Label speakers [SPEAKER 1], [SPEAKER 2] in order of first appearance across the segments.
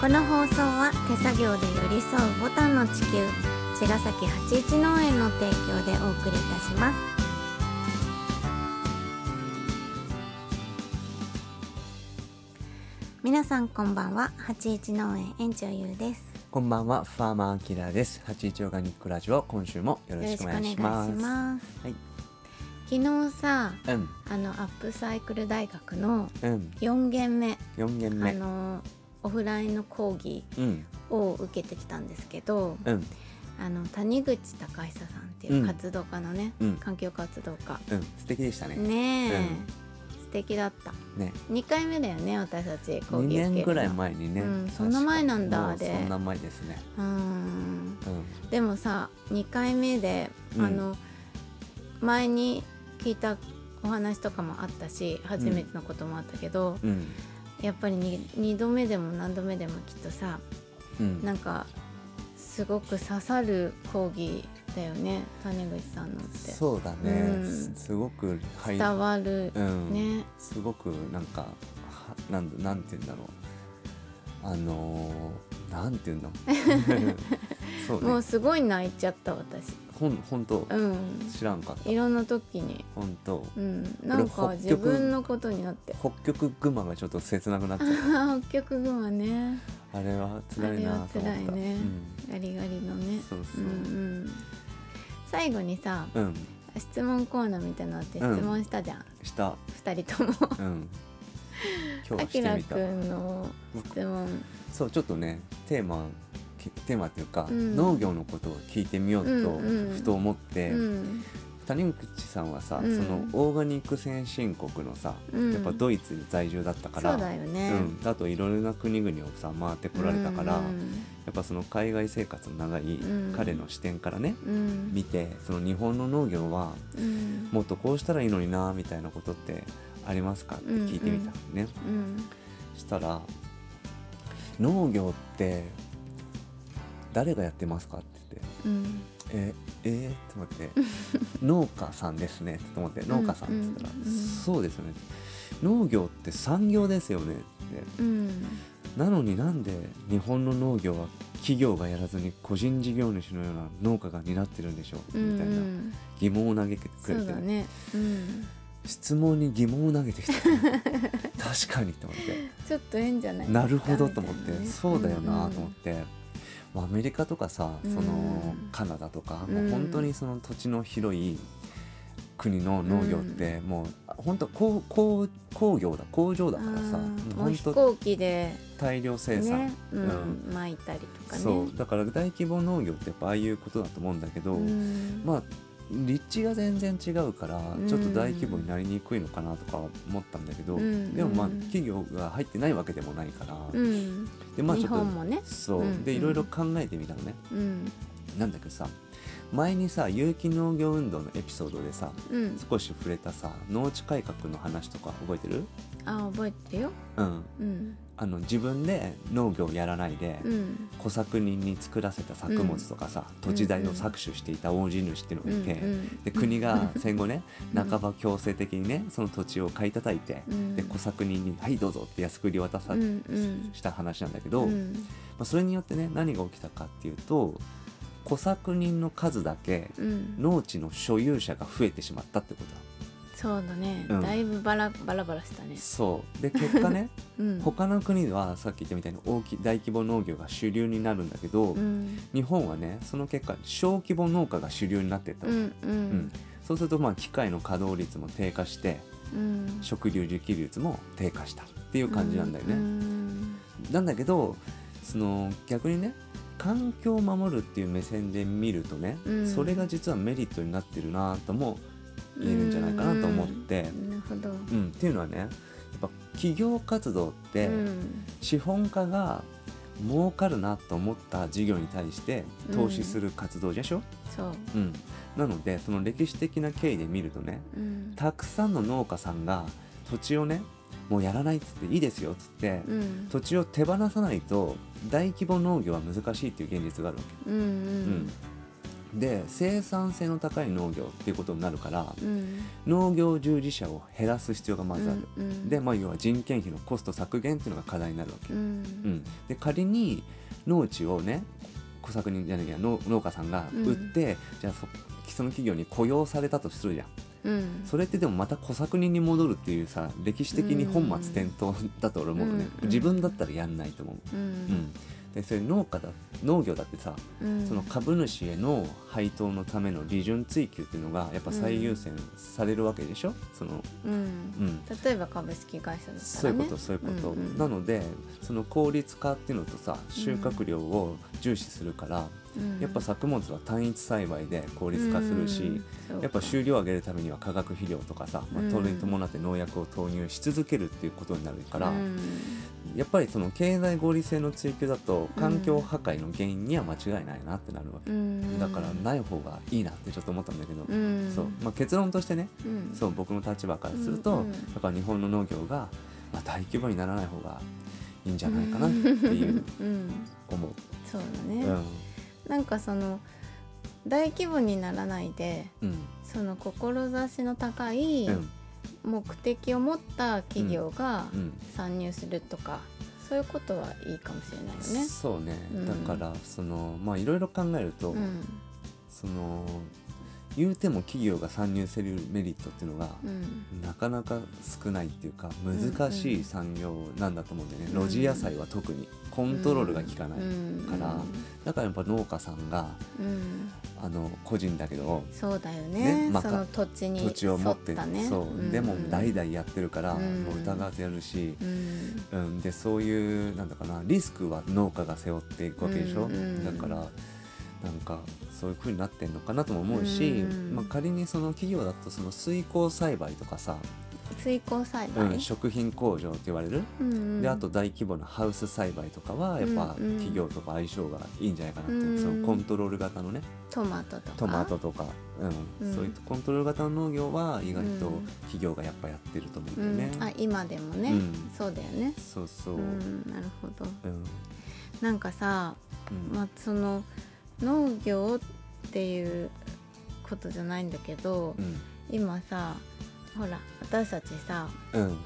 [SPEAKER 1] この放送は手作業で寄り添うボタンの地球茅ヶ崎八一農園の提供でお送りいたします皆さんこんばんは八一農園園長ゆうです
[SPEAKER 2] こんばんは、ファーマーアキラです。八一オーガニックラジオ、今週もよろしくお願いします。
[SPEAKER 1] よろしくお願いします
[SPEAKER 2] はい
[SPEAKER 1] 昨日さ
[SPEAKER 2] うん、
[SPEAKER 1] あのアップサイクル大学の
[SPEAKER 2] うん、
[SPEAKER 1] 4限目、
[SPEAKER 2] 四限
[SPEAKER 1] あ
[SPEAKER 2] 目。
[SPEAKER 1] のオフラインの講義
[SPEAKER 2] うん、
[SPEAKER 1] を受けてきたんですけど
[SPEAKER 2] うん、
[SPEAKER 1] あの谷口孝久さんっていう活動家のね、
[SPEAKER 2] うん
[SPEAKER 1] 環境活動家
[SPEAKER 2] うん、素敵でしたね。
[SPEAKER 1] ねえ、
[SPEAKER 2] うん
[SPEAKER 1] 素敵だった
[SPEAKER 2] ね、
[SPEAKER 1] 2回目だよね私たち講義受け
[SPEAKER 2] 二
[SPEAKER 1] るの
[SPEAKER 2] 年ぐらい前にね。
[SPEAKER 1] うん
[SPEAKER 2] 確か
[SPEAKER 1] そんな前なんだ
[SPEAKER 2] もう
[SPEAKER 1] あれ
[SPEAKER 2] そんな前ですね。
[SPEAKER 1] うーん
[SPEAKER 2] うん、
[SPEAKER 1] でもさ2回目で、
[SPEAKER 2] うん
[SPEAKER 1] あの前に聞いたお話とかもあったし初めてのこともあったけど、
[SPEAKER 2] うん、
[SPEAKER 1] やっぱり 2, 度目でも何度目でもきっとさ
[SPEAKER 2] うん、
[SPEAKER 1] なんかすごく刺さる講義だよね谷口さんのって
[SPEAKER 2] そうだね。
[SPEAKER 1] うん
[SPEAKER 2] すすごく、はい
[SPEAKER 1] 伝わる、
[SPEAKER 2] うん、
[SPEAKER 1] ね
[SPEAKER 2] すごく、なんか、はなん、なんて言うんだろう。あのー、なんて言うんだろ う。そう
[SPEAKER 1] もう
[SPEAKER 2] ね。
[SPEAKER 1] すごい泣いちゃった私
[SPEAKER 2] ほん、本当、
[SPEAKER 1] うん
[SPEAKER 2] 知らんかった
[SPEAKER 1] い。ろんな時に
[SPEAKER 2] 本当。
[SPEAKER 1] うんなん
[SPEAKER 2] こ
[SPEAKER 1] か
[SPEAKER 2] れ北極
[SPEAKER 1] 自分のことになって
[SPEAKER 2] 北極群馬がちょっと切なくなっちゃう
[SPEAKER 1] 北極群はね
[SPEAKER 2] あれは辛いなと思った
[SPEAKER 1] あれは辛いね
[SPEAKER 2] うん
[SPEAKER 1] ガリガリのね
[SPEAKER 2] そうそうん
[SPEAKER 1] うん、最後にさ
[SPEAKER 2] うん
[SPEAKER 1] 質問コーナーみたいなのあって質問したじゃん、
[SPEAKER 2] した
[SPEAKER 1] 二2人とも
[SPEAKER 2] うん今日
[SPEAKER 1] あ
[SPEAKER 2] はし
[SPEAKER 1] き
[SPEAKER 2] て
[SPEAKER 1] ら
[SPEAKER 2] みた
[SPEAKER 1] くんの質問
[SPEAKER 2] そうちょっとねテーマきテーマっていうか、
[SPEAKER 1] うん
[SPEAKER 2] 農業のことを聞いてみようと
[SPEAKER 1] うんうん
[SPEAKER 2] ふと思って、
[SPEAKER 1] うん
[SPEAKER 2] 谷口さんはさ、
[SPEAKER 1] うん
[SPEAKER 2] そのオーガニック先進国のさ、
[SPEAKER 1] うん
[SPEAKER 2] やっぱドイツに在住だったから
[SPEAKER 1] そうだよね、
[SPEAKER 2] うん、あといろいろな国々をさ回ってこられたから、
[SPEAKER 1] うん
[SPEAKER 2] やっぱその海外生活の長い
[SPEAKER 1] うん
[SPEAKER 2] 彼の視点からね、
[SPEAKER 1] うん
[SPEAKER 2] 見てその日本の農業は
[SPEAKER 1] うん
[SPEAKER 2] もっとこうしたらいいのになみたいなことってありますかって聞いてみたのね、
[SPEAKER 1] うん
[SPEAKER 2] したら農業って誰がやってますかって言って
[SPEAKER 1] うん
[SPEAKER 2] ええー、って 思って「農家さんですね」って思って「農家さん」って言ったら
[SPEAKER 1] うん
[SPEAKER 2] 「
[SPEAKER 1] うん
[SPEAKER 2] そうですよね」農業って産業ですよね」っ
[SPEAKER 1] う
[SPEAKER 2] て
[SPEAKER 1] ん
[SPEAKER 2] なのになんで日本の農業は企業がやらずに個人事業主のような農家が担ってるんでしょうみたいな
[SPEAKER 1] うん
[SPEAKER 2] 疑問を投げてく
[SPEAKER 1] そ
[SPEAKER 2] れて
[SPEAKER 1] うだね、うん、
[SPEAKER 2] 質問に疑問を投 げてきた確かにと思っ
[SPEAKER 1] ちょっとええんじゃない
[SPEAKER 2] てなるほどと思って、そうだよなと思ってて、まあアメリカとかさその
[SPEAKER 1] うん
[SPEAKER 2] カナダとか、
[SPEAKER 1] う
[SPEAKER 2] も
[SPEAKER 1] ん
[SPEAKER 2] う本当にその土地の広い国の農業って、もう本当工工工業だ工場だからさもう
[SPEAKER 1] もう
[SPEAKER 2] 本
[SPEAKER 1] 飛
[SPEAKER 2] 当
[SPEAKER 1] 行機で
[SPEAKER 2] 大量生産、
[SPEAKER 1] ね、う
[SPEAKER 2] う
[SPEAKER 1] ん、
[SPEAKER 2] ん
[SPEAKER 1] 巻いたりとかね
[SPEAKER 2] そうだから大規模農業ってやっぱああいうことだと思うんだけど、
[SPEAKER 1] うん
[SPEAKER 2] まあ立地が全然違うから
[SPEAKER 1] うん
[SPEAKER 2] ちょっと大規模になりにくいのかなとか思ったんだけど、
[SPEAKER 1] うん
[SPEAKER 2] でもまあ
[SPEAKER 1] うん
[SPEAKER 2] 企業が入ってないわけでもないから、
[SPEAKER 1] うん
[SPEAKER 2] でまあち
[SPEAKER 1] 日
[SPEAKER 2] ょっと
[SPEAKER 1] 本もね
[SPEAKER 2] そう、
[SPEAKER 1] うん
[SPEAKER 2] で
[SPEAKER 1] うん
[SPEAKER 2] いろいろ考えてみたのね
[SPEAKER 1] うん
[SPEAKER 2] なんだけどさ前にさ有機農業運動のエピソードでさ
[SPEAKER 1] うん
[SPEAKER 2] 少し触れたさ農地改革の話とか覚えてる
[SPEAKER 1] あ覚えてるよ
[SPEAKER 2] うん
[SPEAKER 1] うん
[SPEAKER 2] あの自分で農業やらないで、
[SPEAKER 1] うん
[SPEAKER 2] 小作人に作らせた作物とかさ、土地代を搾取していた大地主っていう
[SPEAKER 1] う
[SPEAKER 2] の
[SPEAKER 1] ん
[SPEAKER 2] がいて、
[SPEAKER 1] うん
[SPEAKER 2] で国が戦後ね
[SPEAKER 1] うん
[SPEAKER 2] 半ば強制的にねその土地を買い叩いて、
[SPEAKER 1] うん
[SPEAKER 2] で小作人に「はいどうぞ」って安く売り渡さ、
[SPEAKER 1] うんうん
[SPEAKER 2] した話なんだけ
[SPEAKER 1] う
[SPEAKER 2] ど、ま
[SPEAKER 1] ん
[SPEAKER 2] あ、それによってね何が起きたかっていうと小作人の数だけ
[SPEAKER 1] うん
[SPEAKER 2] 農地の所有者が増えてしまったってことだ。
[SPEAKER 1] そうだね、
[SPEAKER 2] うん
[SPEAKER 1] だいぶバラバラバラしたね
[SPEAKER 2] そうで結果ね
[SPEAKER 1] うん
[SPEAKER 2] 他の国はさっき言ったみたいに大きい大規模農業が主流になるんだけど、
[SPEAKER 1] うん
[SPEAKER 2] 日本はねその結果小規模農家が主流になっていった
[SPEAKER 1] う
[SPEAKER 2] わけ、
[SPEAKER 1] んう
[SPEAKER 2] うん
[SPEAKER 1] ん
[SPEAKER 2] そうするとまあ機械の稼働率も低下して
[SPEAKER 1] うん
[SPEAKER 2] 食料自給率も低下したっていう感じなんだよね、
[SPEAKER 1] うん
[SPEAKER 2] なんだけどその逆にね環境を守るっていう目線で見るとね、
[SPEAKER 1] うん
[SPEAKER 2] それが実はメリットになってるなとも言えるんじゃないかなと思って、
[SPEAKER 1] うんなるほど
[SPEAKER 2] うんっていうのはねやっぱ企業活動って
[SPEAKER 1] うん
[SPEAKER 2] 資本家が儲かるなと思った事業に対して投資する活動でしょ、
[SPEAKER 1] そう
[SPEAKER 2] うん、なのでその歴史的な経緯で見るとね
[SPEAKER 1] うん
[SPEAKER 2] たくさんの農家さんが土地をねもうやらないっつっていいですよっつって、
[SPEAKER 1] うん
[SPEAKER 2] 土地を手放さないと大規模農業は難しいっていう現実があるわ
[SPEAKER 1] うんうん
[SPEAKER 2] け、うんで生産性の高い農業っていうことになるから
[SPEAKER 1] うん
[SPEAKER 2] 農業従事者を減らす必要がまずある、
[SPEAKER 1] うんうん
[SPEAKER 2] で、まあ、要は人件費のコスト削減っていうのが課題になるわけ
[SPEAKER 1] う
[SPEAKER 2] うんん、で仮に農地をね小作人じゃなきゃ農農家さんが売って、じゃあそその企業に雇用されたとするじゃ
[SPEAKER 1] う
[SPEAKER 2] ん
[SPEAKER 1] ん
[SPEAKER 2] それってでもまた小作人に戻るっていうさ歴史的に本末転倒だと俺思うのね、
[SPEAKER 1] うん
[SPEAKER 2] 自分だったらやんないと思う、
[SPEAKER 1] う
[SPEAKER 2] うんん、でそれ農家だ農業だってさ
[SPEAKER 1] うん
[SPEAKER 2] その株主への配当のための利潤追求っていうのがやっぱ最優先されるわけでしょその、
[SPEAKER 1] うん
[SPEAKER 2] うん、
[SPEAKER 1] 例えば株式会社だったらね
[SPEAKER 2] そういうことそういうこと、
[SPEAKER 1] うんうん
[SPEAKER 2] なのでその効率化っていうのとさ収穫量を重視するから、
[SPEAKER 1] うん
[SPEAKER 2] やっぱ作物は単一栽培で効率化するし、
[SPEAKER 1] うんそうか
[SPEAKER 2] やっぱ収量を上げるためには化学肥料とかさ、まあ
[SPEAKER 1] うん
[SPEAKER 2] それに伴って農薬を投入し続けるっていうことになるから、
[SPEAKER 1] うん
[SPEAKER 2] やっぱりその経済合理性の追求だと環境破壊の原因には間違いないなってなるわけ、
[SPEAKER 1] うん
[SPEAKER 2] だからない方がいいなってちょっと思ったんだけど、
[SPEAKER 1] うん
[SPEAKER 2] そうまあ、結論としてね
[SPEAKER 1] うん
[SPEAKER 2] そう僕の立場からすると、
[SPEAKER 1] うんうん
[SPEAKER 2] やっぱ日本の農業が、まあ、大規模にならない方がいいんじゃないかなっていう
[SPEAKER 1] うん
[SPEAKER 2] 思う。
[SPEAKER 1] そうだ
[SPEAKER 2] う
[SPEAKER 1] ね、
[SPEAKER 2] ん
[SPEAKER 1] なんかその大規模にならないで
[SPEAKER 2] うん
[SPEAKER 1] その志の高い
[SPEAKER 2] うん
[SPEAKER 1] 目的を持った企業が
[SPEAKER 2] うん
[SPEAKER 1] 参入するとか、そういうことはいいかもしれないよね。
[SPEAKER 2] そうね、
[SPEAKER 1] うん
[SPEAKER 2] だからそのまあいろいろ考えると、
[SPEAKER 1] うん
[SPEAKER 2] その言うても企業が参入するメリットっていうのが、
[SPEAKER 1] うん
[SPEAKER 2] なかなか少ないっていうか難しい産業なんだと思うんだよね、路地野菜は特にコントロールが効かない、
[SPEAKER 1] うん
[SPEAKER 2] からだからやっぱ農家さんが
[SPEAKER 1] うん、
[SPEAKER 2] あの個人だけど
[SPEAKER 1] そうだよね
[SPEAKER 2] ねまた
[SPEAKER 1] その土地に沿
[SPEAKER 2] 土
[SPEAKER 1] っ
[SPEAKER 2] 地を持って
[SPEAKER 1] たね
[SPEAKER 2] そう、
[SPEAKER 1] ん
[SPEAKER 2] でも代々やってるから、
[SPEAKER 1] うん
[SPEAKER 2] もう疑わずやるし、
[SPEAKER 1] うん
[SPEAKER 2] うん、でそういうなんだかなリスクは農家が背負っていくわけでしょ、
[SPEAKER 1] うんうん
[SPEAKER 2] だからなんかそういう風になってんのかなとも思うし、
[SPEAKER 1] うん
[SPEAKER 2] まあ、仮にその企業だとその水耕栽培とかさ、
[SPEAKER 1] 水耕栽
[SPEAKER 2] う
[SPEAKER 1] 培、
[SPEAKER 2] ん、食品工場って言われる、
[SPEAKER 1] うんうん
[SPEAKER 2] であと大規模なハウス栽培とかはやっぱ
[SPEAKER 1] うんうん
[SPEAKER 2] 企業とか相性がいいんじゃないかなっていう、
[SPEAKER 1] うん
[SPEAKER 2] そのコントロール型のね
[SPEAKER 1] トマトとか
[SPEAKER 2] トマトとか、うん
[SPEAKER 1] うん
[SPEAKER 2] そういったコントロール型の農業は意外と
[SPEAKER 1] うん
[SPEAKER 2] 企業がやっぱやってると思う
[SPEAKER 1] うんん
[SPEAKER 2] だよね。
[SPEAKER 1] あ今でもね、
[SPEAKER 2] うん
[SPEAKER 1] そうだよね
[SPEAKER 2] そうそう、
[SPEAKER 1] う
[SPEAKER 2] うん
[SPEAKER 1] んなるほど
[SPEAKER 2] うん
[SPEAKER 1] なんかさ、まあ、その農業っていうことじゃないんだけど、
[SPEAKER 2] うん
[SPEAKER 1] 今さほら私たちさ
[SPEAKER 2] うん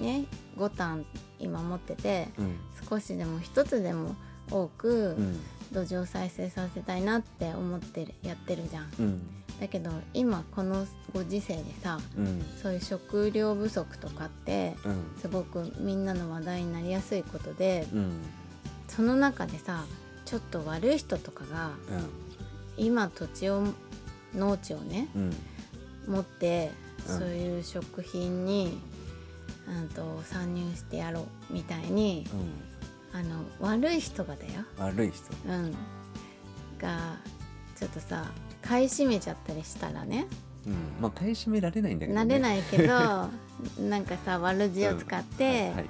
[SPEAKER 1] ね五反今持ってて
[SPEAKER 2] うん
[SPEAKER 1] 少しでも一つでも多く
[SPEAKER 2] うん
[SPEAKER 1] 土壌再生させたいなって思ってるやってるじゃん。
[SPEAKER 2] うん
[SPEAKER 1] だけど今このご時世でさ
[SPEAKER 2] うん
[SPEAKER 1] そういう食料不足とかって
[SPEAKER 2] うん
[SPEAKER 1] すごくみんなの話題になりやすいことで
[SPEAKER 2] うん
[SPEAKER 1] その中でさちょっと悪い人とかが今土地を農地をね
[SPEAKER 2] うん
[SPEAKER 1] 持って
[SPEAKER 2] うん
[SPEAKER 1] そういう食品に、うん、と参入してやろうみたいに
[SPEAKER 2] うん
[SPEAKER 1] あの悪い人がだよ、
[SPEAKER 2] 悪い人
[SPEAKER 1] うん、がちょっとさ買い占めちゃったりしたらね
[SPEAKER 2] うんまあ買い占められないんだけど
[SPEAKER 1] 慣れ
[SPEAKER 2] い
[SPEAKER 1] ないけど なんかさ悪知恵を使って、
[SPEAKER 2] はいはいはい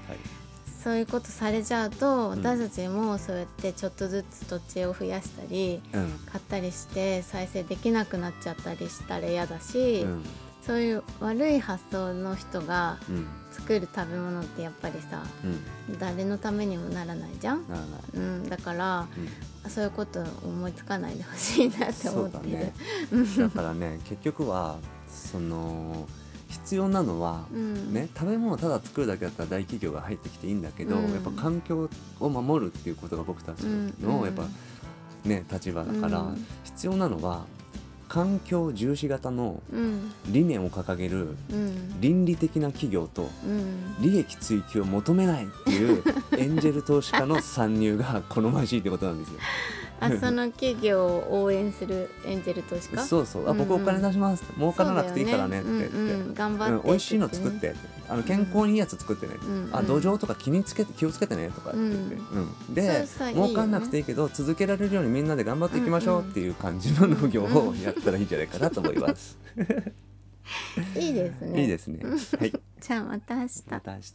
[SPEAKER 1] そういうことされちゃうと
[SPEAKER 2] うん
[SPEAKER 1] 私たちもそうやってちょっとずつ土地を増やしたり
[SPEAKER 2] うん
[SPEAKER 1] 買ったりして再生できなくなっちゃったりしたら嫌だし、
[SPEAKER 2] うん
[SPEAKER 1] そういう悪い発想の人が
[SPEAKER 2] うん
[SPEAKER 1] 作る食べ物ってやっぱりさ
[SPEAKER 2] うん
[SPEAKER 1] 誰のためにもならないじゃん、
[SPEAKER 2] ならない
[SPEAKER 1] うん、だから
[SPEAKER 2] うん
[SPEAKER 1] そういうこと思いつかないでほしいなって
[SPEAKER 2] そ
[SPEAKER 1] 思っ
[SPEAKER 2] うだ
[SPEAKER 1] ている
[SPEAKER 2] ねだからね結局はその必要なのは
[SPEAKER 1] うん
[SPEAKER 2] ね、食べ物をただ作るだけだったら大企業が入ってきていいんだけど、
[SPEAKER 1] うん
[SPEAKER 2] やっぱ環境を守るっていうことが僕たち
[SPEAKER 1] うん
[SPEAKER 2] のやっぱ、ね立場だから、
[SPEAKER 1] うん
[SPEAKER 2] 必要なのは環境重視型の
[SPEAKER 1] うん
[SPEAKER 2] 理念を掲げる
[SPEAKER 1] うん
[SPEAKER 2] 倫理的な企業と
[SPEAKER 1] うん
[SPEAKER 2] 利益追求を求めないっていう エンジェル投資家の参入が好ましいってことなんですよ。
[SPEAKER 1] あその企業を応援するエンジェル投資家
[SPEAKER 2] そうそうあ僕
[SPEAKER 1] う
[SPEAKER 2] お
[SPEAKER 1] んうん
[SPEAKER 2] 金出しますって儲からなくていいからねって
[SPEAKER 1] そうだ
[SPEAKER 2] 言
[SPEAKER 1] よ
[SPEAKER 2] って、
[SPEAKER 1] うんうん頑張って
[SPEAKER 2] うん、美味しいの作ってってあの健康にいいやつ作ってね、
[SPEAKER 1] ん
[SPEAKER 2] あ土壌とか気につけて気をつけてねとかって言って、
[SPEAKER 1] う
[SPEAKER 2] うん
[SPEAKER 1] そう
[SPEAKER 2] で
[SPEAKER 1] そういいよね
[SPEAKER 2] 儲かんなくていいけど続けられるようにみんなで頑張っていきまし
[SPEAKER 1] うん
[SPEAKER 2] ょう
[SPEAKER 1] うん
[SPEAKER 2] っていう感じの農業
[SPEAKER 1] うんう
[SPEAKER 2] を
[SPEAKER 1] ん
[SPEAKER 2] やったらいいんじゃないかなと思います。
[SPEAKER 1] いいですね
[SPEAKER 2] いいですね。はい、
[SPEAKER 1] じゃあまた明日
[SPEAKER 2] また明日。